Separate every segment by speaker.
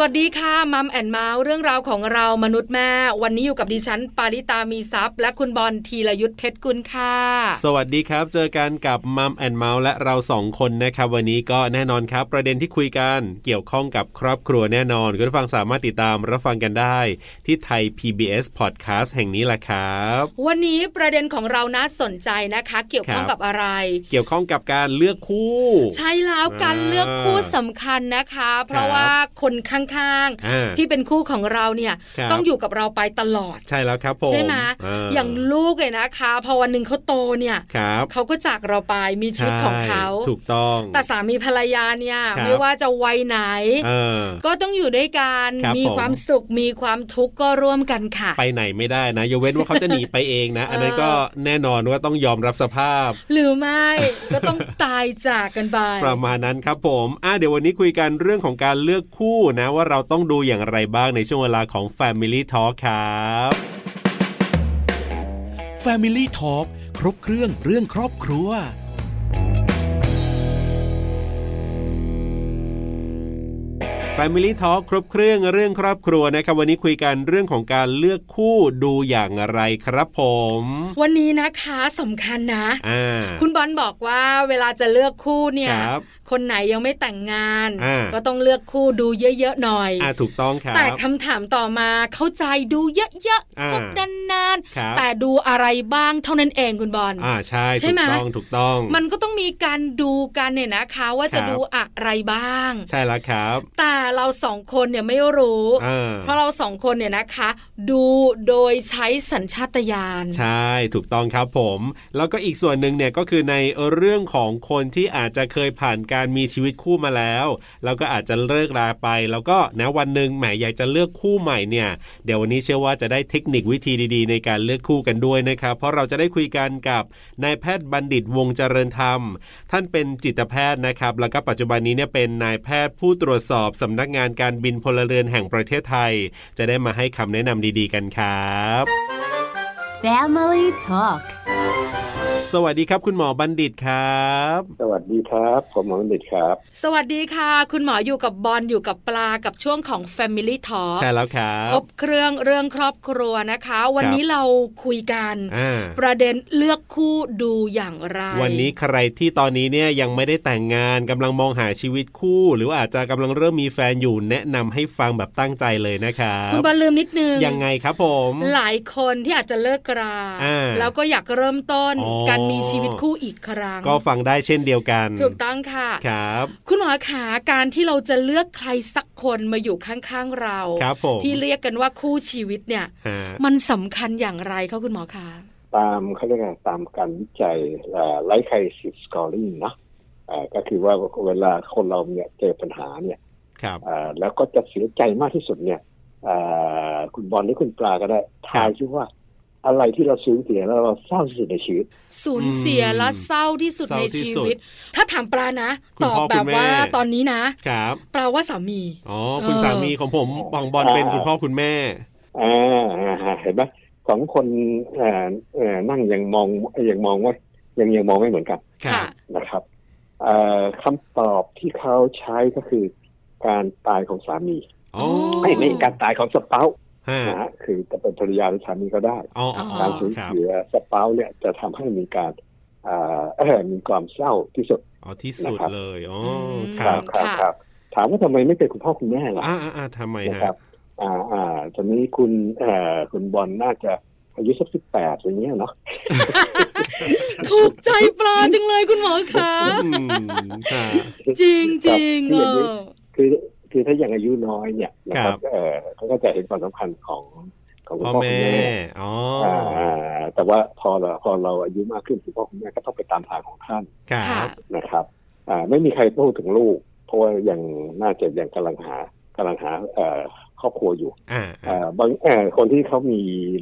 Speaker 1: สวัสดีค่ะมัมแอนเมาส์เรื่องราวของเรามนุษย์แม่ วันนี้อยู่กับดิฉัน ปาริตามีซัพย์ และคุณบอลธีรยุทธเพชรกุลค่ะ
Speaker 2: สวัสดีครับ เจอกันกับมัมแอนเมาส์และเราสองคนนะครับ วันนี้ก็แน่นอนครับ ประเด็นที่คุยกันเกี่ยวข้องกับครอบครัวแน่นอน คุณผู้ฟังสามารถติดตามรับฟังกันได้ ที่ไทย PBS Podcast แห่งนี้แหละครับ
Speaker 1: วันนี้ประเด็นของเราน่าสนใจนะคะ เกี่ยวข้อง
Speaker 2: ครับ
Speaker 1: กับอะไร
Speaker 2: เกี่ยวข้องกับการเลือกคู่
Speaker 1: ใช่แล้วการเลือกคู่สำคัญนะคะ เพราะ
Speaker 2: ครับ
Speaker 1: ว่าคนข้าง
Speaker 2: อ่า
Speaker 1: ๆ ที่เป็นคู่ของเราเนี่ย
Speaker 2: ครับ
Speaker 1: ต้องอยู่กับเราไปตลอด
Speaker 2: ใช่แล้วครับผม
Speaker 1: ใช่ไหมอย่าง
Speaker 2: ลูก
Speaker 1: ลูกเนี่ยนะคะ พอวันหนึ่งเขาโตเนี่ย
Speaker 2: ครับ
Speaker 1: เขาก็จากเราไปมีชีวิตของเขา
Speaker 2: ใช่ถูกต้อง
Speaker 1: แต่สามีภรรยาเนี่ย
Speaker 2: ครับ
Speaker 1: ไม่ว่าจะวัยไหน
Speaker 2: เออ
Speaker 1: ก็ต้องอยู่ด้วยกัน
Speaker 2: ครับ
Speaker 1: มี
Speaker 2: ผม
Speaker 1: ความสุขมีความทุกข์ก็ร่วมกันค่ะ
Speaker 2: ไปไหนไม่ได้นะยกเว้นว่าเขาจะหนีไปเองนะ อันนั้นก็แน่นอนว่าต้องยอมรับสภาพ
Speaker 1: หรือไม่ ก็ต้องตายจากกันไป
Speaker 2: ประมาณนั้นครับผมอ่ะเดี๋ยววันนี้คุยกันเรื่องของการเลือกคู่นะ ว่าเราต้องดูอย่างไรบ้างในช่วงเวลาของ Family Talk ครับ
Speaker 3: Family Talk ครบเครื่องเรื่องครอบครัว
Speaker 2: Family Talk ครบเครื่องเรื่องครอบครัวนะครับ วันนี้คุยกันเรื่องของการเลือกคู่ดูอย่างไรครับผม
Speaker 1: วันนี้นะคะสำคัญนะ
Speaker 2: อ่า
Speaker 1: คุณบอลบอกว่าเวลาจะเลือกคู่เนี่ย
Speaker 2: ครับ
Speaker 1: คนไหนยังไม่แต่งงาน
Speaker 2: อ่า
Speaker 1: ก็ต้องเลือกคู่ดูเยอะๆหน่อย
Speaker 2: อ่าถูกต้องครับ
Speaker 1: แต่คำถามต่อมาเข้าใจดูเยอะ
Speaker 2: อ่า
Speaker 1: ๆครบนาน
Speaker 2: ครับ
Speaker 1: ๆแต่ดูอะไรบ้างเท่านั้นเองคุณบอล
Speaker 2: อ่าใช่
Speaker 1: ใช่
Speaker 2: ถู
Speaker 1: ไหม
Speaker 2: กต้องถูกต้อง
Speaker 1: มันก็ต้องมีการดูกันเนี่ยนะคะ ว่าจะ
Speaker 2: ครับ
Speaker 1: ดูอะไรบ้าง
Speaker 2: ใช่แล้วครับ
Speaker 1: แต่เราสองคนเนี่ยไม่รู้
Speaker 2: อ่า
Speaker 1: เพราะเราสองคนเนี่ยนะคะ ดูโดยใช้สัญชาตญาณ
Speaker 2: ใช่ ถูกต้องครับผม แล้วก็อีกส่วนหนึ่งเนี่ยก็คือในเรื่องของคนที่อาจจะเคยผ่านการมีชีวิตคู่มาแล้ว แล้วก็อาจจะเลิกราไป แล้วก็นะวันหนึ่งแหมอยากจะเลือกคู่ใหม่เนี่ย เดี๋ยววันนี้เชื่อว่าจะได้เทคนิควิธีดีๆ ในการเลือกคู่กันด้วยนะครับ เพราะเราจะได้คุยกันกับนายแพทย์บัณฑิตวงศ์เจริญธรรม ท่านเป็นจิตแพทย์นะครับ แล้วก็ปัจจุบันนี้เนี่ยเป็นนายแพทย์ผู้ตรวจสอบสำนักงานการบินพลเรือนแห่งประเทศไทย จะได้มาให้คำแนะนำดีๆ กันครับ
Speaker 4: Family Talk
Speaker 2: สวัสดีครับคุณหมอบัณฑิตครับ
Speaker 5: สวัสดีครับ ผมหมอวินิตครับ
Speaker 1: สวัสดีค่ะ คุณหมออยู่กับบอลอยู่กับปลากับช่วงของ Family Talk
Speaker 2: ใช่แล้วครับ
Speaker 1: ครบเครื่องเรื่องครอบครัวนะคะ วัน
Speaker 2: ครับ
Speaker 1: นี้เราคุยกัน
Speaker 2: อ่า
Speaker 1: ประเด็นเลือกคู่ดูอย่างไร
Speaker 2: วันนี้ใครที่ตอนนี้เนี่ยยังไม่ได้แต่งงานกำลังมองหาชีวิตคู่ หรือว่าอาจจะกำลังเริ่มมีแฟนอยู่แนะนำให้ฟังแบบตั้งใจเลยนะครับ
Speaker 1: คุณบอลลืมนิดนึง
Speaker 2: ยังไงครับผม
Speaker 1: หลายคนที่อาจจะเลิกรา
Speaker 2: อ่า
Speaker 1: แล้วก็อยากเริ่มต้น
Speaker 2: อ๋อ
Speaker 1: การมีชีวิตคู่อีกครั้ง
Speaker 2: ก็ฟังได้เช่นเดียวกัน
Speaker 1: ถูกต้องค่ะ
Speaker 2: ครับ
Speaker 1: คุณหมอขาการที่เราจะเลือกใครสักคนมาอยู่ข้างๆเรา
Speaker 2: ครับผม
Speaker 1: ที่เรียกกันว่าคู่ชีวิตเนี่ย
Speaker 2: ฮะ
Speaker 1: มันสำคัญอย่างไรคะคุณหมอคะ
Speaker 5: ตามเขาเรียกอะไรตามการวิจัยไลฟ์ไคซิสสกอริงเนาะเอ่อก็คือว่าเวลาคนเราเนี่ยเจอปัญหาเนี่ย
Speaker 2: ครับ
Speaker 5: เอ่อแล้วก็จะเสียใจมากที่สุดเนี่ยเอ่อคุณบอลหรือคุณปลาก็ได้ทายชื่อว่า อะไรที่เราสูญเสียแล้วเราเศร้าที่สุดในชีวิต
Speaker 1: สูญเสียและเศร้าที่สุดในชีวิต
Speaker 2: เศร้า
Speaker 1: ถ้าถามปลานะ
Speaker 2: คุณ
Speaker 1: ตอบ
Speaker 2: พ่อ
Speaker 1: แบ
Speaker 2: คุ
Speaker 1: บ
Speaker 2: ณแม่
Speaker 1: ว่าตอนนี้นะ
Speaker 2: ที่สุดครับ
Speaker 1: ปลาว่าสามี
Speaker 2: อ๋อ คุณ
Speaker 1: เออ
Speaker 2: สามีของผมปองบอลเป็น
Speaker 5: อ่า
Speaker 2: คุณพ่อคุณแม่
Speaker 5: อ่าอ่าเห็นไหมสองคนเอ่อเอ่อนั่งยังมองยังมองว่ายังยังมองไม่เหมือนกัน
Speaker 1: ค่ะ
Speaker 5: นะครับเอ่อคำตอบที่เขาใช้ก็คือการตายของสามี
Speaker 2: อ๋อ
Speaker 5: ไม่ไม่การตายของสเปาส์
Speaker 2: ฮะ
Speaker 5: นะฮะคือจะเป็นภรรยาหรือสามีก็ได้
Speaker 2: อ๋ออ๋ออ๋อ
Speaker 5: การสูญ
Speaker 2: ครับ
Speaker 5: เสียสเปาส์เนี่ยจะทำให้มีการเอ่อเอ่อ มีความเศร้าที่สุด
Speaker 2: อ๋อที่สุด
Speaker 5: นะครับ
Speaker 2: เลย อ๋อ
Speaker 1: ม
Speaker 2: ค
Speaker 1: ครั
Speaker 2: รับ บ
Speaker 1: ค่ะ
Speaker 5: ถามว่าทำไมไม่เป็นคุณพ่อคุณแม่ล่ะ
Speaker 2: อ่าอ่าอ่าทำไม
Speaker 5: นะ
Speaker 2: ฮะ
Speaker 5: ครับอ่าอ่าตอนนี้คุณเอ่อคุณบอลน่าจะอายุสักสิบแปดอย่างเงี้ยเนาะ
Speaker 1: ถูกใจปลาจังเลยคุณหมอคะ
Speaker 2: อืมค่ะ
Speaker 1: จริงจริงๆเออ
Speaker 5: คืออย่างนี้คือคือถ้ายังอายุน้อยเนี่ยนะค
Speaker 2: ครั
Speaker 5: รับ บเอ่อเขาก็จะเห็นความสำคัญของของคุณ
Speaker 2: พ่อ
Speaker 5: พ่อคุ
Speaker 2: แม่
Speaker 5: ณแม่
Speaker 2: อ๋อ
Speaker 5: อ่าแต่ว่าพอเราพอเราอายุมากขึ้นคุณพ่อคุณแม่ก็ต้องไปตามทางของท่าน
Speaker 2: ครั
Speaker 1: ค่ะ
Speaker 2: บ
Speaker 5: นะครับอ่าไม่มีใครพูดถึงลูก เพราะว่ายังน่าจะยังกำลังหากำลังหาเอ่อครอบครัวอยู่
Speaker 2: อ่า
Speaker 5: อ่าบางเอ่อคนที่เขามี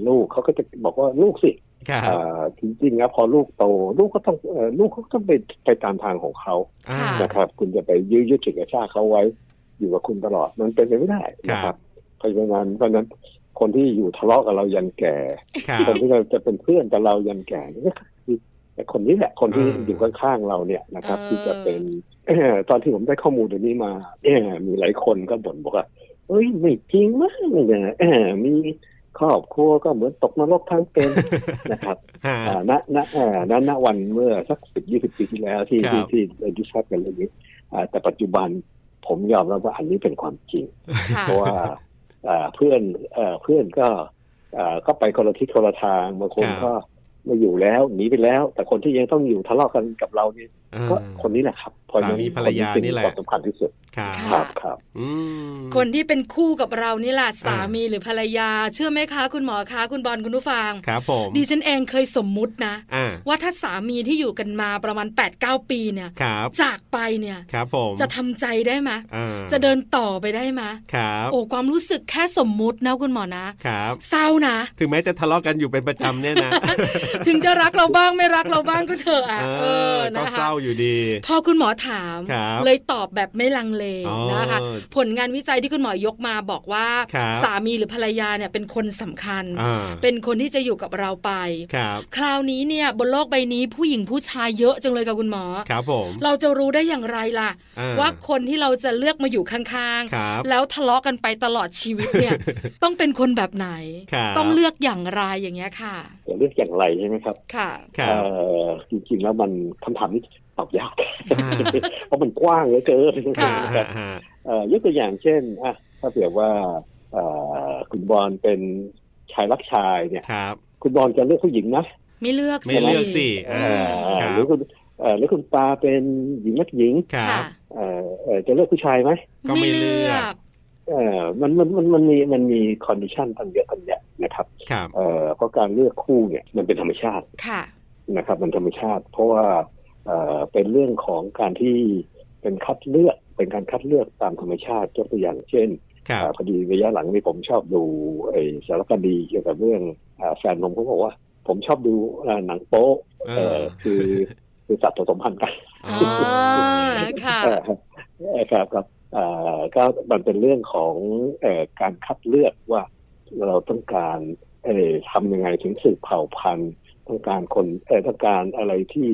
Speaker 5: ลูกเขาก็จะบอกว่าลูกสิ
Speaker 2: ครับ
Speaker 5: อ่าจริงๆนะพอลูกโต ลูกก็ต้องเอ่อลูกเขาก็ต้องไปไปตามทางของเขา
Speaker 2: อ่า
Speaker 1: ค่ะ
Speaker 5: นะครับ คุณจะไปยื้อยุดฉุดกระชากเขาไว้ อยู่กับคุณตลอดมันเป็นไปไม่ได้นะค
Speaker 2: ครั
Speaker 5: รับ บเพราะฉะนั้นเพราะฉะนั้นคนที่อยู่ทะเลาะกับเรายันแก่
Speaker 2: ครั
Speaker 5: คน
Speaker 2: บ
Speaker 5: ที่เราจะเป็นเพื่อนกับเรายันแก่นี่ก็คือแต่คน นี้แหละคนที่
Speaker 2: อืม
Speaker 5: อยู่ข้างๆเราเนี่ยนะครับ
Speaker 1: เออ
Speaker 5: ที่จะเป็น ตอนที่ผมได้ข้อมูลตัวนี้มาเอ่อมีหลายคนก็บ่นบอกว่าเอ้ยไม่จริงมั้งเนี่ยเอ่อมีครอบครัวก็เหมือนตกนรกทั้งเป็น นะครับ
Speaker 2: ฮะ
Speaker 5: อ่าณณเอ่อณณวันเมื่อสักสิบยี่สิบปีที่แล้วที่
Speaker 2: ครับ
Speaker 5: ที่ที่ได้ดิสคัสกันเรื่องนี้อ่าแต่ปัจจุบันผมยอมรับว่าอันนี้เป็นความจริง
Speaker 1: ค่ะ
Speaker 5: เพราะว่าเอ่อเพื่อนเอ่อเพื่อนก็เอ่อก็ไปคนละทิศคนละทางบางคน
Speaker 2: ครับ
Speaker 5: ก็ไม่อยู่แล้วหนีไปแล้ว แต่คนที่ยังต้องอยู่ทะเลาะกันกับเรานี่
Speaker 2: อ่า
Speaker 5: ก็คนนี้แหละครับเพราะฉะนั้น
Speaker 2: สามีภรรยา
Speaker 5: คเป็
Speaker 2: นี่แหละ
Speaker 5: ความสำคัญที่สุด
Speaker 2: ครับ
Speaker 5: ครั
Speaker 1: ะ
Speaker 5: บครับ
Speaker 2: อืม
Speaker 1: คนที่เป็นคู่กับเรานี่แหละสา
Speaker 2: อ่า
Speaker 1: มีหรือภรรยา เชื่อไหมคะ คุณหมอคะคุณบอลคุณผู้ฟัง
Speaker 2: ครับผม
Speaker 1: ดิฉันเองเคยสมมุตินะ
Speaker 2: อ่า
Speaker 1: ว่าถ้าสามีที่อยู่กันมาประมาณ 8-9 ปีเนี่ย
Speaker 2: ครับ
Speaker 1: จากไปเนี่ย
Speaker 2: ครับผม
Speaker 1: จะทำใจได้ไหมย
Speaker 2: อ่า
Speaker 1: จะเดินต่อไปได้ไหมย
Speaker 2: ครับ
Speaker 1: โอ้ความรู้สึกแค่สมมุตินะคุณหมอนะ
Speaker 2: ครับ
Speaker 1: เศร้านะ
Speaker 2: ถึงแม้จะทะเลาะกันอยู่เป็นประจำเนี่ยนะ
Speaker 1: ถึงจะรักเราบ้างไม่รักเราบ้างก็เถอะอ่ะเอ
Speaker 2: เอ
Speaker 1: อ
Speaker 2: อก็
Speaker 1: นะ
Speaker 2: เศ
Speaker 1: คะ
Speaker 2: ร้าอยู่ดี
Speaker 1: พอคุณหมอถาม
Speaker 2: ครับ
Speaker 1: เลยตอบแบบไม่ลังเล
Speaker 2: อ๋อ
Speaker 1: นะคะ ผลงานวิจัยที่คุณหมอยกมาบอกว่า
Speaker 2: ครับ
Speaker 1: สามีหรือภรรยาเนี่ยเป็นคนสำคัญ
Speaker 2: อ่า
Speaker 1: เป็นคนที่จะอยู่กับเราไป
Speaker 2: ครับ
Speaker 1: คราวนี้เนี่ยบนโลกใบนี้ผู้หญิงผู้ชายเยอะจังเลยกับคุณหมอ
Speaker 2: ครับผม
Speaker 1: เราจะรู้ได้อย่างไรล่ะ
Speaker 2: อ่
Speaker 1: ว่าคนที่เราจะเลือกมาอยู่ข้าง
Speaker 2: ครับ
Speaker 1: ๆ แล้วทะเลาะกันไปตลอดชีวิต เนี่ย ต้องเป็นคนแบบไหน
Speaker 2: ครับ
Speaker 1: ต้องเลือกอย่างไรอย่างเงี้ยค่ะ
Speaker 5: จะเลือกอย่างไรใช่ไหมครับ
Speaker 1: ค่ะ
Speaker 2: ครับ
Speaker 5: เอ่อจริงๆแล้วมันคำถามนี้ตอบยาก
Speaker 2: อ่า
Speaker 5: เพราะมันกว้างเหลือเกินนะค
Speaker 1: ค่ะ
Speaker 5: รับ
Speaker 2: ฮะฮะ
Speaker 5: เอ่อยกตัวอย่างเช่นอ่ะถ้าเผื่อว่าเอ่อคุณบอลเป็นชายรักชายเนี่ย
Speaker 2: ครับ
Speaker 5: คุณบอลจะเลือกผู้หญิงนะ
Speaker 1: ไม่เลือกสิ
Speaker 2: ไม่เลือกสิ
Speaker 5: เอ่
Speaker 2: อ่า
Speaker 5: อ
Speaker 2: ครับ
Speaker 5: หรือคุณเอ่อหรือคุณปาเป็นหญิงรักหญิง
Speaker 2: ครั
Speaker 1: ค่ะ
Speaker 2: บ
Speaker 5: เอ่อเอ่อจะเลือกผู้ชายไหม
Speaker 2: ก็ไม่
Speaker 1: ไม่
Speaker 2: เลื
Speaker 1: เลื
Speaker 2: อ
Speaker 1: อก ก
Speaker 5: เอ่อมันมันมันมันมีมันมีคอนดิชันตั้งเยอะตั้งแยะนะครับ
Speaker 2: ครับ
Speaker 5: เอ่อเพราะการเลือกคู่เนี่ยมันเป็นธรรมชาติ
Speaker 1: ค่ะ
Speaker 5: นะครับ มันธรรมชาติ เพราะว่าเอ่อเป็นเรื่องของการที่เป็นคัดเลือกเป็นการคัดเลือกตามธรรมชาติยกตัวอย่างเช่น
Speaker 2: ครับ
Speaker 5: อ่าพอดีระยะหลังนี่ผมชอบดูไอ้สารคดีเกี่ยวกับเรื่องอาแฟนผมเขาบอกว่า ผมชอบดูอ่าหนังโป๊ะ
Speaker 2: เอ
Speaker 5: เอ่
Speaker 2: อ
Speaker 5: อคือคือสัตว์ผสมพันธุ์กัน
Speaker 1: อ๋อ ค่ะ
Speaker 5: เอ่อเอ่อครับครับอ่าก็มันเป็นเรื่องของเอ่อการคัดเลือกว่าเราต้องการเอ่อทำยังไงถึงสืบเผ่าพันธุ์ ต้องการคนเอ่อต้องการอะไรที่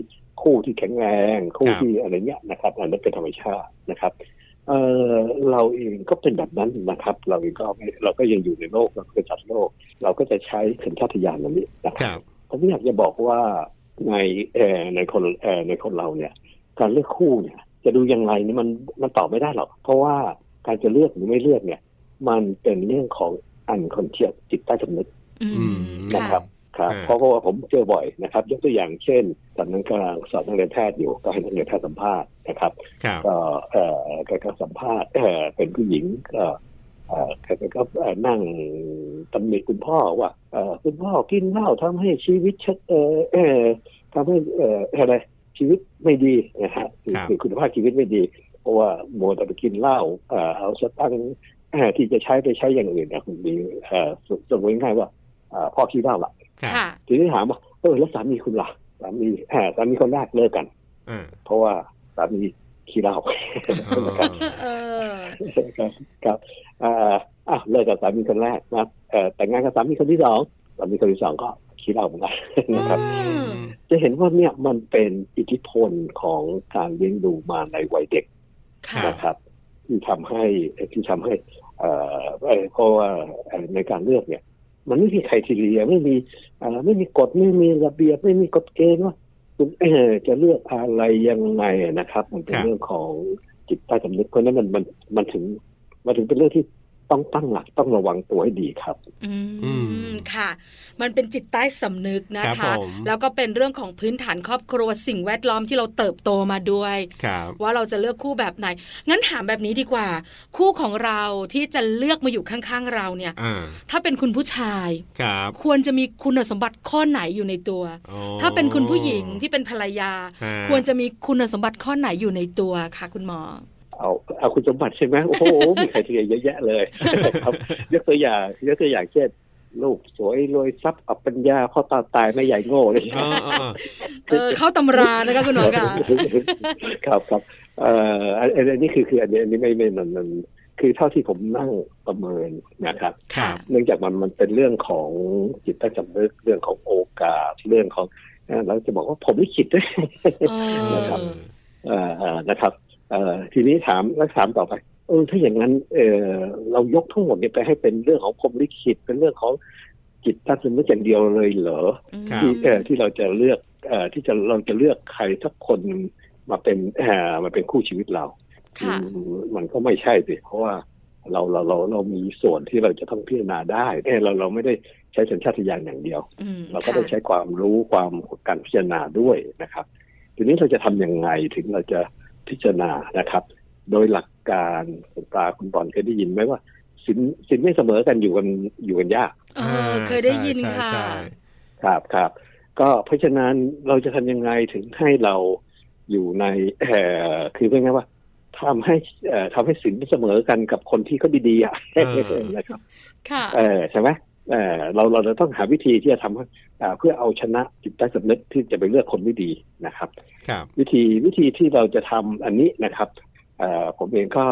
Speaker 5: คู่ที่แข็งแรง คู่ที่อะไรเนี้ยนะครับอันนั้นเป็นธรรมชาตินะครับ เออเราเองก็เป็นแบบนั้นนะครับ เราเองก็ไม่เราก็ยังอยู่ในโลกเราเป็นสัตว์โลก เราก็จะใช้สัญชาตญาณอันนี้นะค
Speaker 2: ครับ รับ
Speaker 5: ผมอยากจะบอกว่าในเอ่อในคนเอ่อในคนเราเนี่ย การเลือกคู่เนี่ย จะดูอย่างไรนี่มันมันตอบไม่ได้หรอก เพราะว่าการจะเลือกหรือไม่เลือกเนี่ย มันเป็นเรื่องของอันคอนเชียจิตใต้สำนึก
Speaker 1: อืม
Speaker 5: นะ
Speaker 1: ค่ะ
Speaker 5: ครับครับ
Speaker 2: อ่า
Speaker 5: เพราะว่าผมเจอบ่อยนะครับยกตัวอย่างเช่นตอนนั้นกำลังสอนนักเรียนแพทย์อยู่ก็ให้นักเรียนแพทย์สัมภาษณ์นะครับ
Speaker 2: ครับ
Speaker 5: ก็เอ่อแกก็สัมภาษณ์เอ่อเป็นผู้หญิงก็เอ่อแกก็เอ่อนั่งตำหนิคุณพ่อว่าเอ่อคุณพ่อกินเหล้าทำให้ชีวิตชัดเอ่อเอ่อทำให้เอ่ออะไรชีวิตไม่ดีนะฮะคือ
Speaker 2: ครับ
Speaker 5: คือคุณภาพชีวิตไม่ดี เพราะว่าโมวแต่ไปกินเหล้าเอ่อเอาสตังค์เอ่อที่จะใช้ไปใช้อย่างอื่นนะคุณบีเอ่อสสมมติง่ายๆว่าเอ่อพ่อขี้เหล้าละ
Speaker 2: ครับ
Speaker 1: ค่ะ
Speaker 5: ทีนี้ถามว่าเออแล้วสามีคุณล่ะสามีเอ่อสามีคนแรกเลิกกัน
Speaker 2: อ่า
Speaker 5: เพราะว่าสามีขี้เหล้า
Speaker 2: อ๋อ
Speaker 1: เออ
Speaker 5: ครับครับเอ่ออ่ะเลิกกับสามีคนแรกนะเอ่อแต่งงานกับสามีคนที่สองสามีคนที่สองก็คิดเอาเหมือนกันนะครับ
Speaker 1: อืม
Speaker 5: จะเห็นว่าเนี่ยมันเป็นอิทธิพลของการเลี้ยงดูมาในวัยเด็ก
Speaker 1: ค่ะ
Speaker 5: นะครับ ที่ทำให้ที่ทำให้เอ่อเอ่อเพราะว่าเอ่อในการเลือกเนี่ย มันไม่มีใครทีเรียไม่มีเอ่อไม่มีกฎไม่มีระเบียบไม่มีกฎเกณฑ์ว่าคุณเอ่อจะเลือกอะไรยังไงนะครับ มันเป็นเรื่องของจิตใต้สำนึกเพราะฉะนั้นมันมันมันถึงมันถึงเป็นเรื่องที่ต้องตั้งหลักต้องระวังตัวให้ดีครับ
Speaker 1: อืมค่ะ มันเป็นจิตใต้สำนึกนะครับ คะ
Speaker 2: ผม
Speaker 1: แล้วก็เป็นเรื่องของพื้นฐานครอบครัวสิ่งแวดล้อมที่เราเติบโตมาด้วย
Speaker 2: ครับ
Speaker 1: ว่าเราจะเลือกคู่แบบไหน งั้นถามแบบนี้ดีกว่า คู่ของเราที่จะเลือกมาอยู่ข้างๆเราเนี่ย
Speaker 2: อ่า
Speaker 1: ถ้าเป็นคุณผู้ชาย
Speaker 2: ครับ
Speaker 1: ควรจะมีคุณสมบัติข้อไหนอยู่ในตัว
Speaker 2: อ๋อ
Speaker 1: ถ้าเป็นคุณผู้หญิงที่เป็นภรรยา
Speaker 2: ฮะ
Speaker 1: ควรจะมีคุณสมบัติข้อไหนอยู่ในตัวค่ะคุณหมอ
Speaker 5: เอาเอาคุณสมบัติใช่ไหมโอ้โห มีใครทีเดียวเยอะแยะเลย ครับยกตัวอย่างยกตัวอย่างเช่นลูกสวยรวยทรัพย์อับปัญญาพ่อตาตายแม่ใหญ่โง่เลย
Speaker 2: อ๋ออ๋ออ๋อ
Speaker 1: เออเข้าตำรานะคะคุณหมอค่ะ
Speaker 5: ครับครับเอ่ออันอันอันนี้คือคืออันนี้อันนี้ไม่ไม่มันมันคือเท่าที่ผมนั่งประเมินนะครับ
Speaker 1: ค่ะ
Speaker 5: เนื่องจากมันมันเป็นเรื่องของจิตใต้สำนึกเรื่องของโอกาสเรื่องของ นะเราจะบอกว่าผมไม่ขิดด้วย
Speaker 1: เอ
Speaker 2: เอ
Speaker 1: อ
Speaker 2: อ
Speaker 5: นะครับ เอ่อเอ่อนะครับเอ่อทีนี้ถามแล้วถามต่อไปเออถ้าอย่างนั้นเออเรายกทั้งหมดเนี่ยไปให้เป็นเรื่องของพรหมลิขิตเป็นเรื่องของจิตใต้สำนึกอย่างเดียวเลยเหรอ
Speaker 2: ครับ
Speaker 5: ที่เออที่เราจะเลือกเอ่อที่จะเราจะเลือกใครสักคนมาเป็นเอ่อมาเป็นคู่ชีวิตเรา
Speaker 1: ค่ะ
Speaker 5: อืมมันก็ไม่ใช่สิเพราะว่าเราเราเราเรามีส่วนที่เราจะต้องพิจารณาได้เออเราเราไม่ได้ใช้สัญชาตญาณอย่างเดียว
Speaker 1: อืม
Speaker 5: เราก็ต้องใช้ความรู้ความการพิจารณาด้วยนะครับ ทีนี้เราจะทำยังไงถึงเราจะพิจารณานะครับ โดยหลักการคุณปลาคุณบอลเคยได้ยินไหมว่าสินสินไม่เสมอกันอยู่กันอยู่กันยาก
Speaker 1: เออเคยได้ยินค่ะ
Speaker 2: ใช่ใช่ใช่
Speaker 5: ครับครับ ก็เพราะฉะนั้นเราจะทำยังไงถึงให้เราอยู่ใน เอ่อคือเป็นไงว่าทำให้เอ่อทำให้สินไม่เสมอกันกับคนที่ก็ดีๆอ่ะ
Speaker 2: เออ
Speaker 5: นะครับ
Speaker 1: ค่ะ
Speaker 5: เออใช่ไหมเออเราเราจะต้องหาวิธีที่จะทำให้อ่าเพื่อเอาชนะจิตใต้สำนึกที่จะไปเลือกคนไม่ดีนะครับ
Speaker 2: ครับ
Speaker 5: วิธีวิธีที่เราจะทำอันนี้นะครับเอ่อผมเองก็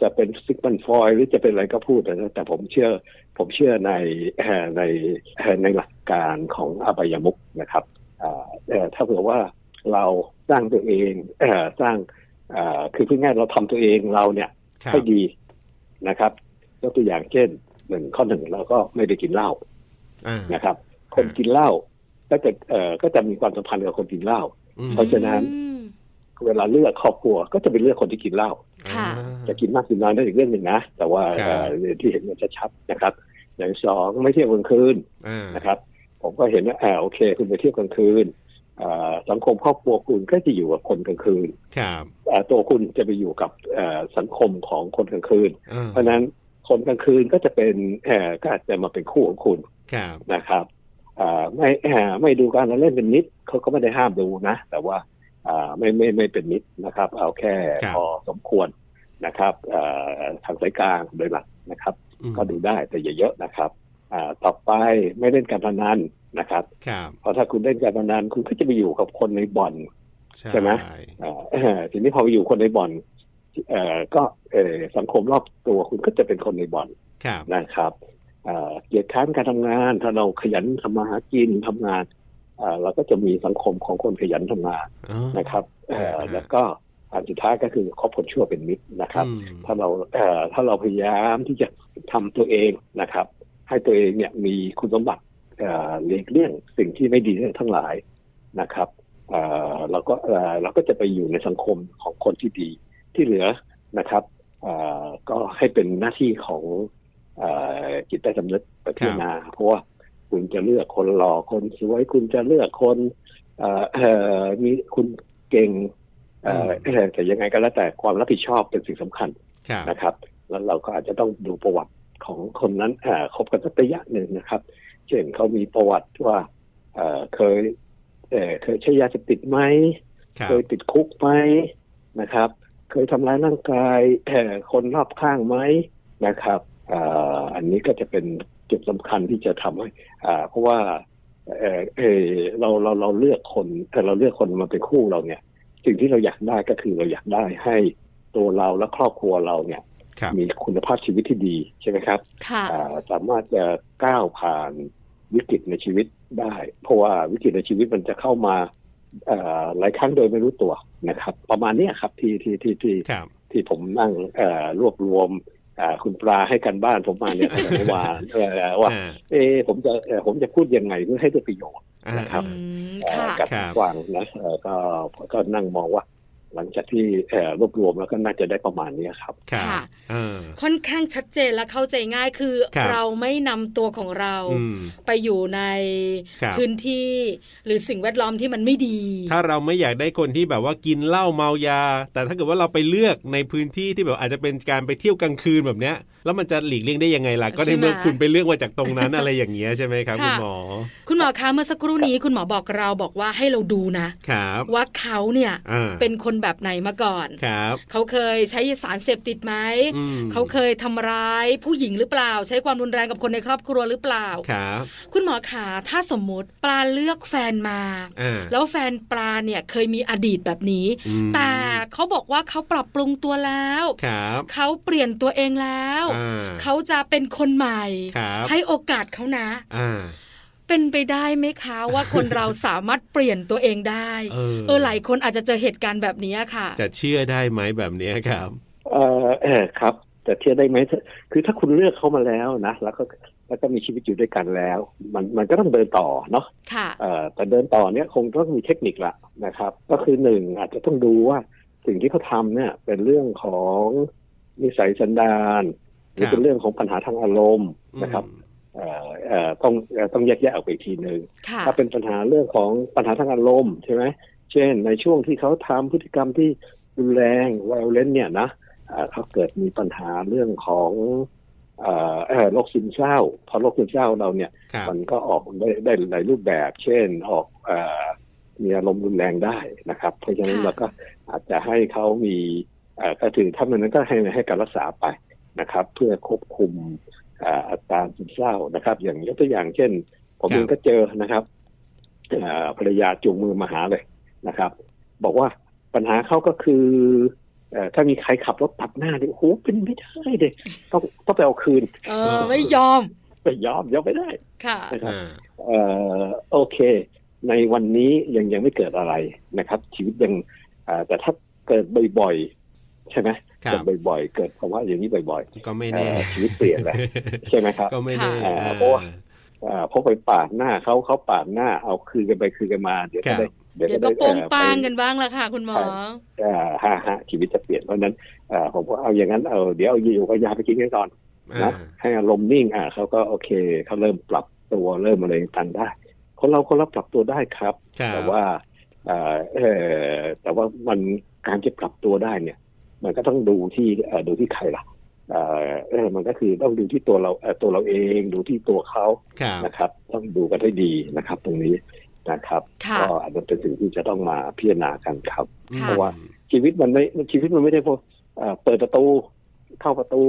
Speaker 5: จะเป็นซิกมันฟอยหรือจะเป็นอะไรก็พูดแต่แต่ผมเชื่อผมเชื่อในเอ่อในเอ่อในหลักการของอบายมุกนะครับเอ่อเอ่อถ้าเผื่อว่าเราสร้างตัวเองเอ่อสร้างเอ่อคือพูดง่ายๆเราทำตัวเองเราเนี่ย
Speaker 2: ครั
Speaker 5: ให้
Speaker 2: บ
Speaker 5: ดีนะครับยกตัวอย่างเช่นหนึ่งข้อหนึ่งเราก็ไม่ได้กินเหล้า
Speaker 2: อ่า
Speaker 5: นะครับ คน
Speaker 2: อ่ากิ
Speaker 5: กินเหล้าก็จะเอ่อก็จะมีความสัมพันธ์กับคนกินเหล้า
Speaker 2: อืม
Speaker 5: เพราะฉะนั้น
Speaker 1: อืม
Speaker 5: เวลาเลือกครอบครัวก็จะเป็นเลือกคนที่กินเหล้า
Speaker 1: ค่ะ
Speaker 2: อ่า
Speaker 5: จะกินมากกินน้อยนั่นอีกเรื่องหนึ่งนะแต่ว่า
Speaker 2: ครับ
Speaker 5: เอ่อที่เห็นมันชัดๆนะครับ อย่างสองไม่เที่ยวกลางคืน
Speaker 2: อ่า
Speaker 5: นะครับ ผมก็เห็นว่าอ่าโอเค คุณไปเที่ยวกลางคืนอ่าสังคมครอบครัวคุณก็จะอยู่กับคนกลางคืน
Speaker 2: ครับ
Speaker 5: อ่าตัวคุณจะไปอยู่กับเอ่อสังคมของคนกลางคืน
Speaker 2: อ่า
Speaker 5: เพราะฉะนั้นคนกลางคืนก็จะเป็นเอ่อก็อาจจะมาเป็นคู่ของคุณ
Speaker 2: ครับ
Speaker 5: นะครับอ่าไม่ เอ่อไม่ดูการเล่นเป็นนิดเขาก็ไม่ได้ห้ามดูนะ แต่ว่าอ่าไม่ไม่ไม่เป็นนิดนะครับ เอาแค่พอสมควรนะครับอ่าทางสายกลางโดยหลักนะครับ
Speaker 2: อืม
Speaker 5: ก็ดูได้แต่อย่าเยอะนะครับอ่าต่อไปไม่เล่นการพนันนะครับ
Speaker 2: ครับ
Speaker 5: เพราะถ้าคุณเล่นการพนันคุณก็จะไปอยู่กับคนในบ่อน ใช่ไหม อ่า เอ่อทีนี้พอไปอยู่คนในบ่อนเอ่อก็เอ่อสังคมรอบตัวคุณก็จะเป็นคนในบ่อน
Speaker 2: ครับ
Speaker 5: นะครับเอ่อเกียรติค้านการทำงาน ถ้าเราขยันทำมาหากินทำงานเอ่อเราก็จะมีสังคมของคนขยันทำงาน
Speaker 2: อ๋อ
Speaker 5: นะครับเอ่อ
Speaker 2: อ่า
Speaker 5: แล้วก็อันสุดท้ายก็คือคบคนชั่วเป็นมิตรนะครับ
Speaker 2: อืม
Speaker 5: ถ้าเราเอ่อถ้าเราพยายามที่จะทำตัวเองนะครับ ให้ตัวเองเนี่ยมีคุณสมบัติเอ่อหลีกเลี่ยงสิ่งที่ไม่ดีทั้งหลายนะครับเอ่อเราก็เอ่อเราก็จะไปอยู่ในสังคมของคนที่ดีที่เหลือนะครับเอ่อก็ให้เป็นหน้าที่ของเอ่อจิตใต้สำนึกไปพิจารณาเพราะว่าคุณจะเลือกคนหล่อคนสวย คุณจะเลือกคนเอ่อเอ่อมีคุณเก่งเอ่อเอ่อแต่ยังไงก็แล้วแต่ความรับผิดชอบเป็นสิ่งสำคัญ
Speaker 2: ครับ
Speaker 5: นะครับ แล้วเราก็อาจจะต้องดูประวัติของคนนั้นเอ่อคบกันสักระยะหนึ่งนะครับ เช่นเขามีประวัติว่าเอ่อเคยเอ่อเคยใช้ยาเสพติดไหม
Speaker 2: ครับ
Speaker 5: เคยติดคุกไหมนะครับ เคยทำร้ายร่างกาย เอ่อคนรอบข้างไหมนะครับเอ่ออันนี้ก็จะเป็นจุดสำคัญที่จะทำให้อ่าเพราะว่าเอ่อเอ่อเราเราเราเลือกคนเอ่อเราเลือกคนมาเป็นคู่เราเนี่ย สิ่งที่เราอยากได้ก็คือเราอยากได้ให้ตัวเราและครอบครัวเราเนี่ย
Speaker 2: ครับ
Speaker 5: มีคุณภาพชีวิตที่ดีใช่ไหมครับ
Speaker 1: ค่ะ
Speaker 5: อ่าสามารถจะก้าวผ่านวิกฤตในชีวิตได้ เพราะว่าวิกฤตในชีวิตมันจะเข้ามาเอ่อหลายครั้งโดยไม่รู้ตัวนะครับ ประมาณเนี้ยครับที่ที่ที่ที่
Speaker 2: ครับ
Speaker 5: ที่ผมนั่งเอ่อรวบรวมเอ่อคุณปลาให้กันบ้านผมมาเนี่ยตั้ งแต่เมื่อวานเอ่อว่า
Speaker 2: อ่า
Speaker 5: เออผมจะเอ่อผมจะพูดยังไงเพื่อให้ได้ประโยชน์
Speaker 2: อ่า
Speaker 5: นะครับ
Speaker 1: อืม
Speaker 5: เอ่
Speaker 1: ค่ะ
Speaker 5: อกับ
Speaker 2: ครับ
Speaker 5: ฟังนะเอ่อก็ก็นั่งมองว่า หลังจากที่เอ่อรวบรวมแล้วก็น่าจะได้ประมาณเนี้ยครับ
Speaker 2: ครับ
Speaker 1: ค่ะ
Speaker 2: อ่า
Speaker 1: ค่อนข้างชัดเจนและเข้าใจง่ายคือ
Speaker 2: ครับ
Speaker 1: เราไม่นำตัวของเรา
Speaker 2: อืม
Speaker 1: ไปอยู่ใน
Speaker 2: ครับ
Speaker 1: พื้นที่ หรือสิ่งแวดล้อมที่มันไม่ดี
Speaker 2: ถ้าเราไม่อยากได้คนที่แบบว่ากินเหล้าเมายา แต่ถ้าเกิดว่าเราไปเลือกในพื้นที่ที่แบบอาจจะเป็นการไปเที่ยวกลางคืนแบบเนี้ย แล้วมันจะหลีกเลี่ยงได้ยังไงล่ะ ก็ในเมื่อ
Speaker 1: ใช่ไหม
Speaker 2: คุณไปเลือกมาจากตรงนั้น อะไรอย่างเงี้ยใช่ไหมครับคุณ
Speaker 1: ค่ะ
Speaker 2: หมอ
Speaker 1: คุณหมอคะเมื่อสักครู่นี้คุณหมอบอกเราบอกว่าให้เราดูนะ
Speaker 2: ครับ
Speaker 1: ว่าเขาเนี่ย
Speaker 2: อ่า
Speaker 1: เป็นคนแบบไหนมาก่อน
Speaker 2: ครับ
Speaker 1: เขาเคยใช้สารเสพติดไหม
Speaker 2: อืม
Speaker 1: เขาเคยทำร้ายผู้หญิงหรือเปล่า ใช้ความรุนแรงกับคนในครอบครัวหรือเปล่า
Speaker 2: ครับ
Speaker 1: คุณหมอขาถ้าสมมุติปลาเลือกแฟนมา
Speaker 2: อ่า
Speaker 1: แล้วแฟนปลาเนี่ยเคยมีอดีตแบบนี้
Speaker 2: อืม
Speaker 1: แต่เขาบอกว่าเขาปรับปรุงตัวแล้ว
Speaker 2: ครับ
Speaker 1: เขาเปลี่ยนตัวเองแล้ว
Speaker 2: อ่า
Speaker 1: เขาจะเป็นคนใหม่
Speaker 2: ครับ
Speaker 1: ให้โอกาสเขานะ
Speaker 2: อ่า
Speaker 1: เป็นไปได้ไหม คะว่าคนเราสามารถเปลี่ยนตัวเองได้
Speaker 2: เออ
Speaker 1: เออหลายคนอาจจะเจอเหตุการณ์แบบนี้ค่ะ
Speaker 2: จะเชื่อได้ไหมแบบเนี้ยครับ
Speaker 5: เออ เออครับ แต่เชื่อได้ไหมคือถ้าคุณเลือกเขามาแล้วนะแล้วก็แล้วก็มีชีวิตอยู่ด้วยกันแล้ว มันมันก็ต้องเดินต่อเนาะ
Speaker 1: ค่ะ
Speaker 5: เอ่อแต่เดินต่อเนี้ยคงต้องมีเทคนิคละนะครับ ก็คือหนึ่งอาจจะต้องดูว่าสิ่งที่เขาทำเนี่ย เป็นเรื่องของนิสัยสันดานหรื
Speaker 2: ค
Speaker 5: อ
Speaker 2: รับ
Speaker 5: เป็นเรื่องของปัญหาทางอารมณ์นะครับ
Speaker 2: อืม
Speaker 5: เอ่อเอ่อต้องเอ่อต้องแยกแยะออกไปอีกทีหนึ่ง
Speaker 1: ค่ะ
Speaker 5: ถ้าเป็นปัญหาเรื่องของปัญหาทางอารมณ์ใช่ไหมเช่น ในช่วงที่เขาทำพฤติกรรมที่รุนแรงวาเลนเนี่ยนะเอ่อเขาเกิดมีปัญหาเรื่องของเอ่อเอ่อโรคซึมเศร้าเพราะโรคซึมเศร้าเราเนี่ย
Speaker 2: ครับ
Speaker 5: มันก็ออกได้ได้หลายรูปแบบ เช่นออกเออมีอารมณ์รุนแรงได้นะครับ เพราะฉะนั้น
Speaker 1: ค่ะ
Speaker 5: เราก็อาจจะให้เขามีเอ่อก็ถือถ้ามันนั้นก็ให้ให้การรักษาไปนะครับ เพื่อควบคุมเอ่ออัตราซึมเศร้านะครับ อย่างยกตัวอย่างเช่น ผม
Speaker 2: ครับ
Speaker 5: เองก็เจอนะครับเอ่อภรรยาจูงมือมาหาเลยนะครับ บอกว่าปัญหาเขาก็คือเอ่อถ้ามีใครขับรถตัดหน้าเนี่ยโอ้โหเป็นไม่ได้เลยต้องต้องไปเอาคืน
Speaker 1: เออไม่ยอม
Speaker 5: ไปยอมยอมไม่ได้
Speaker 1: ค่ะ
Speaker 5: นะครับ
Speaker 2: อ่า
Speaker 5: เอ่อโอเค ในวันนี้ยังยังไม่เกิดอะไรนะครับ ชีวิตยังเอ่อแต่ถ้าเกิดบ่อยๆ ใช่ไหม
Speaker 2: ครั
Speaker 5: เกิด
Speaker 2: บ
Speaker 5: บ่อยๆ เกิดภาวะอย่างนี้บ่อย
Speaker 2: ก็ไม่
Speaker 5: ๆ
Speaker 2: แน่
Speaker 5: เอ่อชีวิตเปลี่ยน แหละใช่ไหมครับ
Speaker 2: ก็ไม่แน่
Speaker 1: ค่ะ
Speaker 2: อ่า
Speaker 5: เพราะว่า เอ่อเพราะไปปาดหน้าเขาเขาปาดหน้าเอาคืนกันไปคืนกันมา เดี๋ยว
Speaker 2: ครั
Speaker 5: ก็
Speaker 2: บ
Speaker 5: ได้
Speaker 1: เดี๋ยวก็
Speaker 5: ได้
Speaker 1: โปงปาง
Speaker 5: เอ่อไป
Speaker 1: กันบ้างละค่ะ คุณหมอ
Speaker 5: ใช่ เอ่อฮะฮะชีวิตจะเปลี่ยนเพราะฉะนั้นเอ่อผมก็เอาอย่างนั้นเอาเดี๋ยวเอาอยู่ก็ยาไปกินกันก่อน
Speaker 2: อ่า
Speaker 5: นะให้อารมณ์นิ่งอ่ะเขาก็โอเคเขาเริ่มปรับตัวเริ่มอะไรต่างๆได้คนเราคนเราปรับตัวได้ครับ
Speaker 2: ครับ
Speaker 5: แต่ว่าเอ่อเอ่อแต่ว่ามันการจะปรับตัวได้เนี่ย มันก็ต้องดูที่เอ่อดูที่ใครล่ะเอ่อเอ่อมันก็คือต้องดูที่ตัวเราเอ่อตัวเราเองดูที่ตัวเขา
Speaker 2: ครับ
Speaker 5: นะครับ ต้องดูกันให้ดีนะครับ ตรงนี้นะครับ
Speaker 1: ค่ะ
Speaker 5: ก็อาจจะเป็นสิ่งที่จะต้องมาพิจารณากันครับ
Speaker 1: ค่ะ
Speaker 5: เพราะว่า ชีวิตมันไม่ชีวิตมันไม่ได้พอเอ่อเปิดประตูเข้าประตู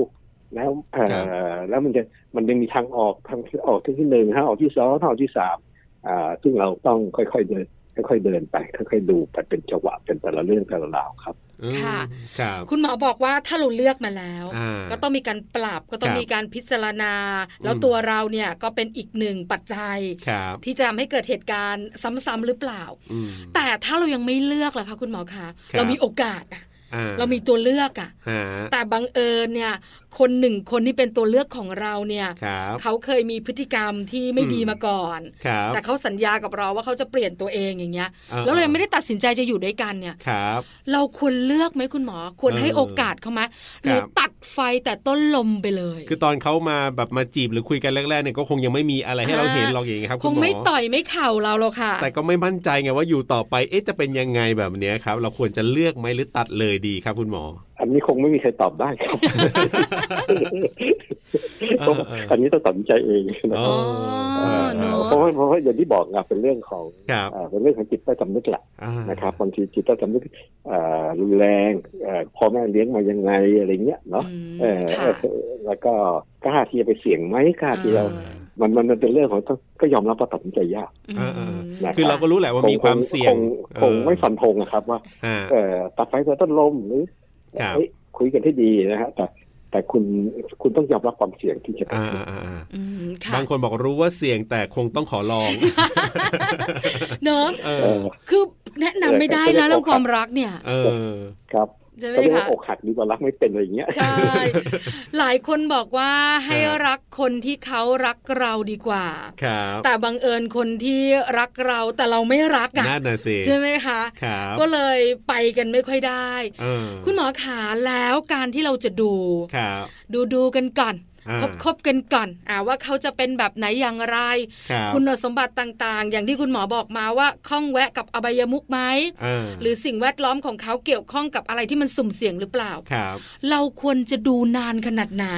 Speaker 5: แล้วเอ่อ
Speaker 2: ครับ
Speaker 5: แล้วมันจะมันยังมีทางออกทางออกที่หนึ่งทางออกที่สองทางออกที่สามอ่าซึ่งเราต้องค่อยๆเดินค่อยๆเดินไปค่อยๆดูไปเป็นจังหวะเป็นแต่ละเรื่องแต่ละราวครับ
Speaker 2: อืม
Speaker 1: ค่ะ
Speaker 2: ครับ
Speaker 1: คุณหมอบอกว่าถ้าเราเลือกมาแล้ว
Speaker 2: า
Speaker 1: ก็ต้องมีการปรับก็ต้อง
Speaker 2: ครับ
Speaker 1: มีการพิจารณา แล้ว
Speaker 2: อืม
Speaker 1: ตัวเราเนี่ยก็เป็นอีกหนึ่งปัจจัย
Speaker 2: ครับ
Speaker 1: ที่จะทำให้เกิดเหตุการณ์ซ้ำๆหรือเปล่า
Speaker 2: อืม
Speaker 1: แต่ถ้าเรายังไม่เลือกล่ะคะคุณหมอคะ
Speaker 2: ครับ
Speaker 1: เรามีโอกาสอะ
Speaker 2: อ่
Speaker 1: เรามีตัวเลือกอะ
Speaker 2: ฮะ
Speaker 1: แต่บังเอิญเนี่ย คนหนึ่งคนที่เป็นตัวเลือกของเราเนี่ย
Speaker 2: ครับ
Speaker 1: เขาเคยมีพฤติกรรมที่ไม่
Speaker 2: อืม
Speaker 1: ดีมาก่อน
Speaker 2: ครับ
Speaker 1: แต่เขาสัญญากับเราว่าเขาจะเปลี่ยนตัวเองอย่างเงี้ย
Speaker 2: อ่
Speaker 1: แล้วเรายังไม่ได้ตัดสินใจจะอยู่ด้วยกันเนี่ย
Speaker 2: ครับ
Speaker 1: เราควรเลือกไหมคุณหมอ ควรให้
Speaker 2: เออ
Speaker 1: โอกาสเขาไหมหรือ
Speaker 2: ครับ
Speaker 1: ตัดไฟแต่ต้นลมไปเลย
Speaker 2: คือตอนเขามาแบบมาจีบหรือคุยกันแรกๆเนี่ยก็คงยังไม่มีอะไรให้เราเห็นหรอกอย่างเงี้ยครับ
Speaker 1: ค
Speaker 2: ณ
Speaker 1: ง
Speaker 2: หอ
Speaker 1: ไม่ต่อยไม่เข่าเราหรอกค่ะ
Speaker 2: แต่ก็ไม่มั่นใจไงว่าอยู่ต่อไปเอ๊ะจะเป็นยังไงแบบเนี้ยครับ เราควรจะเลือกไหมหรือตัดเลยดีครับ คุณหมอ
Speaker 5: อันนี้คงไม่มีใครตอบได้ครับ
Speaker 2: เออเออ
Speaker 5: อันนี้ต้องตัดสินใจเองนะ
Speaker 2: อ๋
Speaker 5: ค
Speaker 2: อ
Speaker 1: อ๋
Speaker 5: รับ
Speaker 1: อ
Speaker 2: อ
Speaker 1: เนอะ
Speaker 5: เพราะว่าเพราะว่าอย่างที่บอกนะเป็นเรื่องของ
Speaker 2: ครับ
Speaker 5: อ่าเป็นเรื่องของจิตใต้สำนึกแหละ
Speaker 2: อ่า
Speaker 5: นะครับบางทีจิตใต้สำนึกเอ่อรุนแรงเอ่อพ่อแม่เลี้ยงมายังไงอะไรเงี้ยเนาะ
Speaker 1: อืม
Speaker 5: เออ
Speaker 1: ค่ะ
Speaker 5: เออแล้วก็กล้าที่จะไปเสี่ยงไหมกล้าที่จะ
Speaker 1: เออ
Speaker 5: มันมันมันเป็นเรื่องของต้องก็ยอมรับว่าตัดสินใจยาก
Speaker 1: ม
Speaker 2: เออเออ
Speaker 5: นะครับ
Speaker 2: คือเราก็รู้แหละว่ามีความเสี่ย
Speaker 5: ค
Speaker 2: ง
Speaker 5: ง
Speaker 2: เออ
Speaker 5: คงไม่ฟันธงนะครับว่า
Speaker 2: ฮะ
Speaker 5: เอ่อตัดไฟเพืต้นลมหรือ
Speaker 2: ครับ
Speaker 5: เอ้ยคุยกันให้ดีนะฮะแต่แต่คุณคุณต้องยอมรับความเสี่ยงที่จะเกิ
Speaker 2: อ่า
Speaker 5: ดขึ้น
Speaker 2: ๆ
Speaker 1: อืม
Speaker 2: ๆ
Speaker 1: ค่ะ
Speaker 2: บางคนบอกรู้ว่าเสี่ยงแต่คงต้องขอลอง
Speaker 1: เนอะ
Speaker 2: เอ
Speaker 5: เอ
Speaker 2: อ
Speaker 5: อ
Speaker 1: คือแนะนำไม่ได้นะเรื่องความรักเนี่ย
Speaker 2: เออ
Speaker 5: ครับ
Speaker 1: ใช่ไหม
Speaker 5: ก็เรียก
Speaker 1: คะ
Speaker 5: ว่าอกหักดีกว่ารักไม่เป็นอะไรเงี้ย
Speaker 1: ใช่หลายคนบอกว่าให้
Speaker 2: ฮะ
Speaker 1: รักคนที่เขารักเราดีกว่า
Speaker 2: ครับ
Speaker 1: แต่บังเอิญคนที่รักเราแต่เราไม่รักอ่ะ
Speaker 2: น่าหนาสิ
Speaker 1: ใช่ไหมคะ
Speaker 2: ครับ
Speaker 1: ก็เลยไปกันไม่ค่อยได้
Speaker 2: เออ
Speaker 1: คุณหมอขาแล้วการที่เราจะดู
Speaker 2: ครับ
Speaker 1: ดูดูกันก่อน
Speaker 2: อ่า
Speaker 1: คบคบกันก่อนอ่าว่าเขาจะเป็นแบบไหนอย่างไร
Speaker 2: ครับ
Speaker 1: คุณสมบัติต่างๆ อย่างที่คุณหมอบอกมาว่าข้องแวะกับอบายมุกไหม
Speaker 2: อ่า
Speaker 1: หรือสิ่งแวดล้อมของเขาเกี่ยวข้องกับอะไรที่มันสุ่มเสี่ยงหรือเปล่า
Speaker 2: ครับ
Speaker 1: เราควรจะดูนานขนาดไหน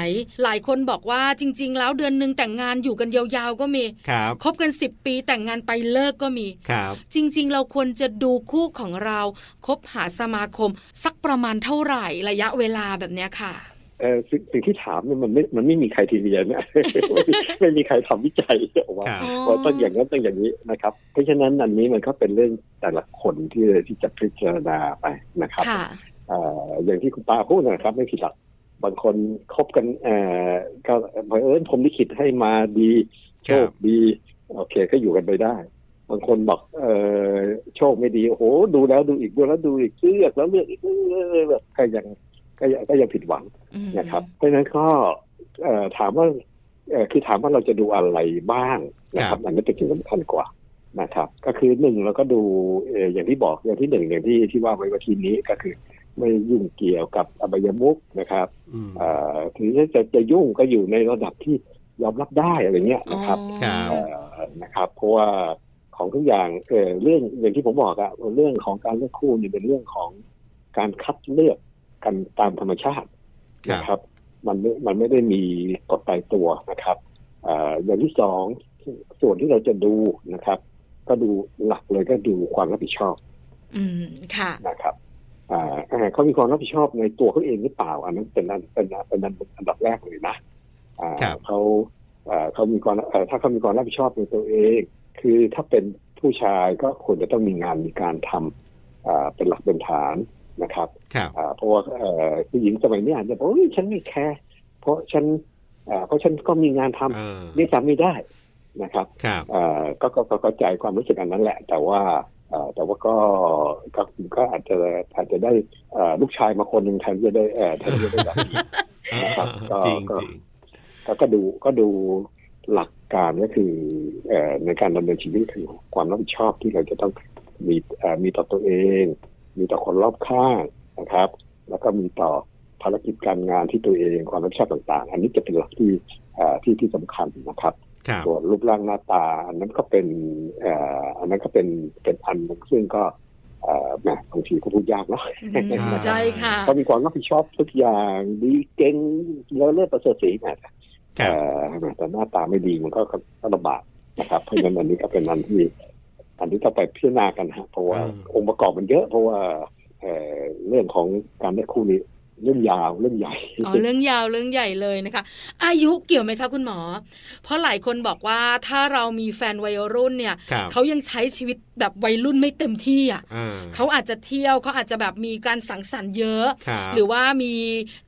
Speaker 1: หลายคนบอกว่าจริง ๆ แล้วเดือนหนึ่งแต่งงานอยู่กันยาวๆก็มี
Speaker 2: ครับ
Speaker 1: คบกัน 10 ปีแต่งงานไปเลิกก็มี
Speaker 2: ครับ
Speaker 1: จริง ๆ เราควรจะดูคู่ของเราคบหาสมาคม สักประมาณเท่าไหร่ระยะเวลาแบบเนี้ยค่ะ
Speaker 5: เอ่อสิ่งสิ่งที่ถามเนี่ยมันไม่ มันไม่มีใครทีเรียนนะ ไม่มีไม่มีใครทำวิจัยออกมา
Speaker 2: ครับ
Speaker 5: ว่าต้องอย่างนั้นต้องอย่างนี้นะครับ เพราะฉะนั้นอันนี้มันก็เป็นเรื่องแต่ละคนที่ที่จะพิจารณาไปนะครับ
Speaker 1: ค่ะ
Speaker 5: เอ่ออย่างที่คุณป้าพูดนะครับ ไม่ผิดหรอกบางคนคบกันเอ่อก็บังเอิญผมลิขิตให้มาดี
Speaker 2: ค
Speaker 5: โช
Speaker 2: รับ
Speaker 5: คดี โอเคก็อยู่กันไปได้ บางคนบอกเออโชคไม่ดีโอ้โหดูแล้วดูอีกดูแล้วดูอีกเลือกแล้วเลือกอีกเลือกแบบก็ยังก็ยังก็ยังผิดหวัง
Speaker 1: อืม
Speaker 5: นะครับเพราะฉะนั้นก็เอ่อถามว่าเอ่อคือถามว่าเราจะดูอะไรบ้างนะค
Speaker 2: ครั
Speaker 5: รับบ อันนี้เป็นสิ่งสำคัญกว่านะครับ ก็คือหนึ่งเราก็ดูเอ่ออย่างที่บอกอย่างที่หนึ่งอย่างที่ที่ว่าไว้ว่าทีนี้ก็คือ ไม่ยุ่งเกี่ยวกับอบายมุกนะครับ
Speaker 2: อืม
Speaker 5: เอ่อถึงจะจะยุ่งก็อยู่ในระดับที่ยอมรับได้อะไรเงี้ยนะครับ
Speaker 2: ครับ
Speaker 5: เอ่อนะครับเพราะว่าของทุกอย่างเอ่อเรื่องอย่างที่ผมบอกอะเรื่องของการเลือกคู่เนี่ยเป็นเรื่องของการคัดเลือกกันตามธรรมชาติ
Speaker 2: ครับ
Speaker 5: นะครับ มันไม่มันไม่ได้มีกฎตายตัวนะครับเอ่ออย่างที่สองส่วนที่เราจะดูนะครับ ก็ดูหลักเลยก็ดูความรับผิดชอบ
Speaker 1: อืมค่ะ
Speaker 5: นะครับอ่าอ่าเขามีความรับผิดชอบในตัวเขาเองหรือเปล่า อันนั้นเป็นอันเป็นอันเป็นอันอันดับแรกเลยนะ อ่า
Speaker 2: ครับ
Speaker 5: เขาเอ่อเขามีความเอ่อถ้าเขามีความรับผิดชอบในตัวเอง คือถ้าเป็นผู้ชายก็ควรจะต้องมีงานมีการทำอ่าเป็นหลักเป็นฐานนะครับ
Speaker 2: ครับ
Speaker 5: อ่าเพราะว่าเอ่อผู้หญิงสมัยนี้อาจจะบอกเอ้ยฉันไม่แคร์เพราะฉันเอ่อเพราะฉันก็มีงานท
Speaker 2: เออ
Speaker 5: ำเรียกทำไม่ได้นะครับ
Speaker 2: ครับ
Speaker 5: เอ่อก็ก็ก็เข้าใจความรู้สึกอันนั้นแหละ แต่ว่าเอ่อแต่ว่าก็ก็ก็อาจจะอาจจะได้เอ่อลูกชายมาคนหนึ่งแทนที่จะได้เอ่อแทนที่จะได้แบบ นี้ นะครับก็
Speaker 2: จริง
Speaker 5: ก็
Speaker 2: จริง
Speaker 5: แล้วก็ดูก็ดูหลักการก็คือเอ่อในการดำเนินชีวิตคือความรับผิดชอบที่เราจะต้องมีเอ่อมีต่อตัวเอง มีต่อคนรอบข้างนะครับ แล้วก็มีต่อภารกิจการงานที่ตัวเองความรับผิดชอบต่างๆ อันนี้จะเป็นหลักที่เอ่อที่ที่สำคัญนะครับ
Speaker 2: ครับ
Speaker 5: ส่วนรูปร่างหน้าตา อันนั้นก็เป็นเอ่ออันนั้นก็เป็นเป็นอันหนึ่งซึ่งก็เอ่อแหมบางทีก็พูดยากเนาะ
Speaker 1: อืมใช่ค่ะ
Speaker 5: เขามีความรับผิดชอบทุกอย่างดีเก่งแล้วเลิศประเสริฐศรีนะ
Speaker 2: ครับ
Speaker 5: เอ่อแต่หน้าตาไม่ดีมันก็ก็ลำบากนะครับ เพราะฉะนั้นอันนี้ก็เป็นอันที่ อันที่ต้องไปพิจารณากันฮะเพราะว่า
Speaker 2: อืม
Speaker 5: องค์ประกอบมันเยอะ เพราะว่าเอ่อเรื่องของการเลือกคู่นี้เรื่องยาวเรื่องใหญ่
Speaker 1: อ๋อเรื่องยาวเรื่องใหญ่เลยนะคะ อายุเกี่ยวไหมคะคุณหมอ เพราะหลายคนบอกว่าถ้าเรามีแฟนวัยรุ่นเนี่ย
Speaker 2: ครับ
Speaker 1: เขายังใช้ชีวิตแบบวัยรุ่นไม่เต็มที่อ่ะ
Speaker 2: อ่
Speaker 1: เขาอาจจะเที่ยวเขาอาจจะแบบมีการสังสรรค์เยอะ
Speaker 2: คบ
Speaker 1: หรือว่ามี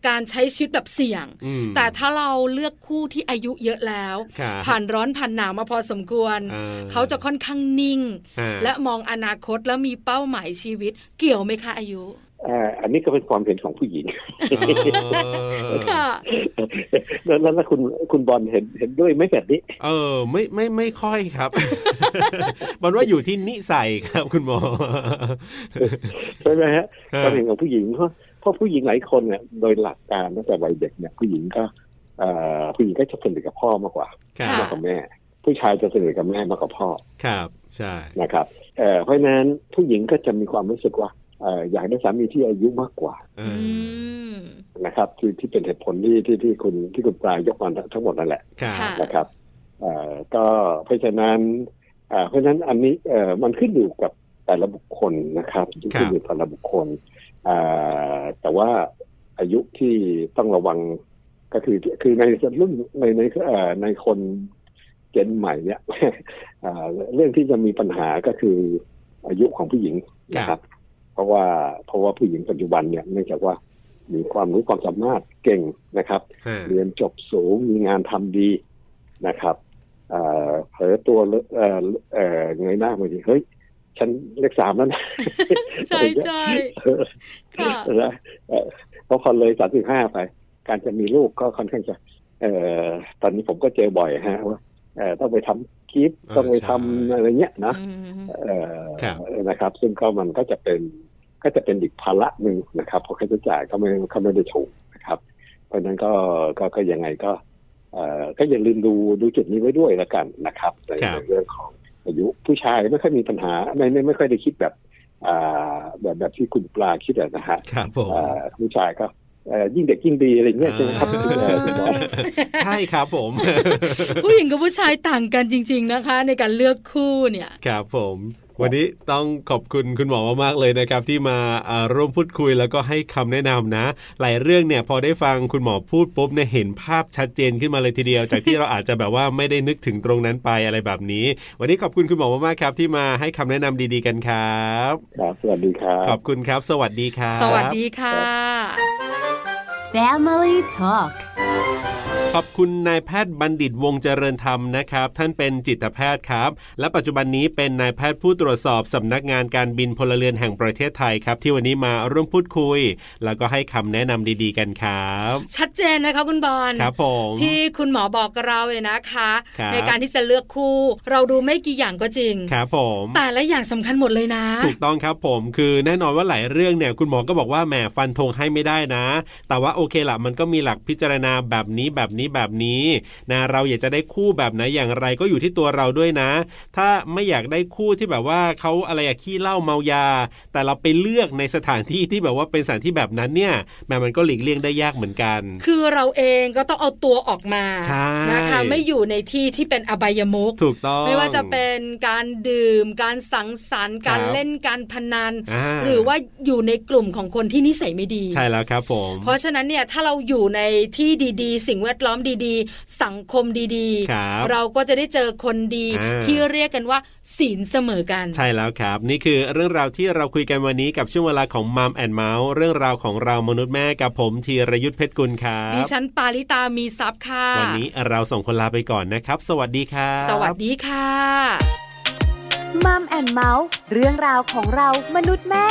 Speaker 1: การใช้ชีวิตแบบเสี่ยง
Speaker 2: อืม
Speaker 1: แต่ถ้าเราเลือกคู่ที่อายุเยอะแล้ว
Speaker 2: ครับ
Speaker 1: ผ่านร้อนผ่านหนาวมาพอสมควร
Speaker 2: อ่
Speaker 1: เขาจะค่อนข้างนิ่ง
Speaker 2: อ่า
Speaker 1: และมองอนาคตแล้วมีเป้าหมายชีวิต เกี่ยวไหมคะอายุ
Speaker 5: เอ่ออันนี้ก็เป็นความเห็นของผู้หญิง
Speaker 2: เออ
Speaker 1: ค่ะ
Speaker 5: แล้วแล้วแล้วคุณคุณบอลเห็นเห็นด้วยไหมแบบนี้
Speaker 2: เออไม่ไม่ไม่ค่อยครับ บอลว่าอยู่ที่นิสัยครับคุณหมอ
Speaker 5: ใช่ไหมฮะความเห็นของผู้หญิงเพราะเพราะผู้หญิงหลายคนเนี่ยโดยหลักการตั้งแต่วัยเด็กเนี่ยผู้หญิงก็เอ่อผู้หญิงก็จะสนิทกับพ่อมากกว่า
Speaker 2: ครั
Speaker 1: ค่ะ
Speaker 5: มากกว่าแม่ ผู้ชายจะสนิทกับแม่มากกว่าพ่อ
Speaker 2: ครับใช่
Speaker 5: นะครับเอ่อเพราะฉะนั้นผู้หญิงก็จะมีความรู้สึกว่าเอ่ออยากได้สามีที่อายุมากกว่า
Speaker 2: เอ
Speaker 1: อื
Speaker 2: ออ
Speaker 1: ม
Speaker 5: นะครับที่ที่เป็นเหตุผลที่ที่ที่คุณที่คุณปลายยกมาทั้งหมดนั่นแหละ
Speaker 2: ครับ
Speaker 1: ค่ะ
Speaker 5: นะครับเอ่อก็เพราะฉะนั้นเอ่อเพราะฉะนั้นอันนี้เอ่อมันขึ้นอยู่กับแต่ละบุคคลนะครับขึ้นอยู่แต่ละบุคคลเอ่อแต่ว่าอายุที่ต้องระวังก็คือคือในรุ่นในในเอ่อในคนเจนใหม่เนี่ย เอ่อเรื่องที่จะมีปัญหาก็คืออายุของผู้หญิงนะครับ เพราะว่าเพราะว่าผู้หญิงปัจจุบันเนี่ยเนื่องจากว่ามีความรู้ความสามารถเก่งนะครับ
Speaker 2: ฮะ
Speaker 5: เรียนจบสูงมีงานทำดีนะครับเอ่อเผลอตัวเลอะเอ่อเอ่อเงยหน้ามาทีเฮ้ย ฉันเลขสามแล้วนะ
Speaker 1: ใช่ใช่ค่ะ
Speaker 5: นะเอ่อเพราะคนเลยสามสิบห้าไป การจะมีลูกก็ค่อนข้างจะ เอ่อตอนนี้ผมก็เจอบ่อยฮะว่าเอ่อต้องไปทำคลิปต้องไปทำอะไรเงี้ยนะ
Speaker 1: อืม
Speaker 5: เอ่อ
Speaker 2: ครับ
Speaker 5: นะครับ ซึ่งก็มันก็จะเป็นก็จะเป็นอีกภาระหนึ่งนะครับเพราะค่าใช้จ่ายก็ไม่ก็ไม่ได้ถูกนะครับ เพราะฉะนั้นก็ก็ก็ยังไงก็เอ่อก็อย่าลืมดูดูจุดนี้ไว้ด้วยละกันนะครับใน
Speaker 2: ครับ
Speaker 5: ในเรื่องของอายุผู้ชายไม่ค่อยมีปัญหาไม่ไม่ไม่ค่อยได้คิดแบบอ่าแบบแบบที่คุณปลาคิดอะนะฮะ
Speaker 2: ครับผม
Speaker 5: เอ่อผู้ชายก็เอ่อยิ่งเด็กยิ่งดีอะไรเงี้ยใช่ไหมครับ
Speaker 2: อ่า
Speaker 5: เอ่อคุณหมอ
Speaker 2: ใช่ครับผม
Speaker 1: ผู้หญิงกับผู้ชายต่างกันจริง ๆนะคะ ในการเลือกคู่เนี่ย
Speaker 2: ครับผม วันนี้ต้องขอบคุณคุณหมอมากๆเลยนะครับ ที่มาอ่าร่วมพูดคุยแล้วก็ให้คำแนะนำนะ หลายเรื่องเนี่ยพอได้ฟังคุณหมอพูดปุ๊บเนี่ยเห็นภาพชัดเจนขึ้นมาเลยทีเดียว จากที่เราอาจจะแบบว่าไม่ได้นึกถึงตรงนั้นไปอะไรแบบนี้ วันนี้ขอบคุณคุณหมอมากๆครับ ที่มาให้คำแนะนำดีๆกันครับ
Speaker 5: ครับสวัสดีครับ
Speaker 2: ขอบคุณครับ สวัสดีครับ
Speaker 1: สวัสดีค่ะ
Speaker 4: Family Talk
Speaker 2: ขอบคุณนายแพทย์บัณฑิตวงศ์เจริญธรรมนะครับ ท่านเป็นจิตแพทย์ครับ และปัจจุบันนี้เป็นนายแพทย์ผู้ตรวจสอบสำนักงานการบินพลเรือนแห่งประเทศไทยครับ ที่วันนี้มาร่วมพูดคุย แล้วก็ให้คำแนะนำดีๆ กันครับ
Speaker 1: ชัดเจนนะคะคุณบอล
Speaker 2: ครับผม
Speaker 1: ที่คุณหมอบอกกับเราเลยนะคะ
Speaker 2: ครับ
Speaker 1: ในการที่จะเลือกคู่ เราดูไม่กี่อย่างก็จริง
Speaker 2: ครับผม
Speaker 1: แต่ละอย่างสำคัญหมดเลยนะ
Speaker 2: ถูกต้องครับผมคือแน่นอนว่าหลายเรื่องเนี่ยคุณหมอก็บอกว่าแหมฟันธงให้ไม่ได้นะ แต่ว่าโอเคละมันก็มีหลักพิจารณาแบบนี้แบบนี้แบบนี้นะเราอยากจะได้คู่แบบไหนอย่างไรก็อยู่ที่ตัวเราด้วยนะ ถ้าไม่อยากได้คู่ที่แบบว่าเขาอะไรอะขี้เหล้าเมายา แต่เราไปเลือกในสถานที่ที่แบบว่าเป็นสถานที่แบบนั้นเนี่ยแหมมันก็หลีกเลี่ยงได้ยากเหมือนกัน
Speaker 1: คือเราเองก็ต้องเอาตัวออกมา
Speaker 2: ใช่
Speaker 1: นะคะ ไม่อยู่ในที่ที่เป็นอบายมุก
Speaker 2: ถูกต้อง
Speaker 1: ไม่ว่าจะเป็นการดื่ม การสังสรรค์ การ
Speaker 2: ครับ
Speaker 1: เล่นการพนัน
Speaker 2: อ่า
Speaker 1: หรือว่าอยู่ในกลุ่มของคนที่นิสัยไม่ดี
Speaker 2: ใช่แล้วครับผม
Speaker 1: เพราะฉะนั้นเนี่ยถ้าเราอยู่ในที่ดีๆ สิ่งแวดล้อมดีๆ สังคมดี
Speaker 2: ครับ
Speaker 1: ๆ เราก็จะได้เจอคนดี
Speaker 2: อ่า
Speaker 1: ที่เรียกกันว่าศีลเสมอกัน
Speaker 2: ใช่แล้วครับ นี่คือเรื่องราวที่เราคุยกันวันนี้กับช่วงเวลาของมัมแอนเมาส์เรื่องราวของเรามนุษย์แม่กับผมธีรยุทธเพชรกุลครับ
Speaker 1: ดิฉันปาริตามีซับค่ะ
Speaker 2: วันนี้เราส่งคนลาไปก่อนนะครับ สวัสดีครับ
Speaker 1: สวัสดีค่ะ
Speaker 4: มัมแอนเมาส์เรื่องราวของเรามนุษย์แม่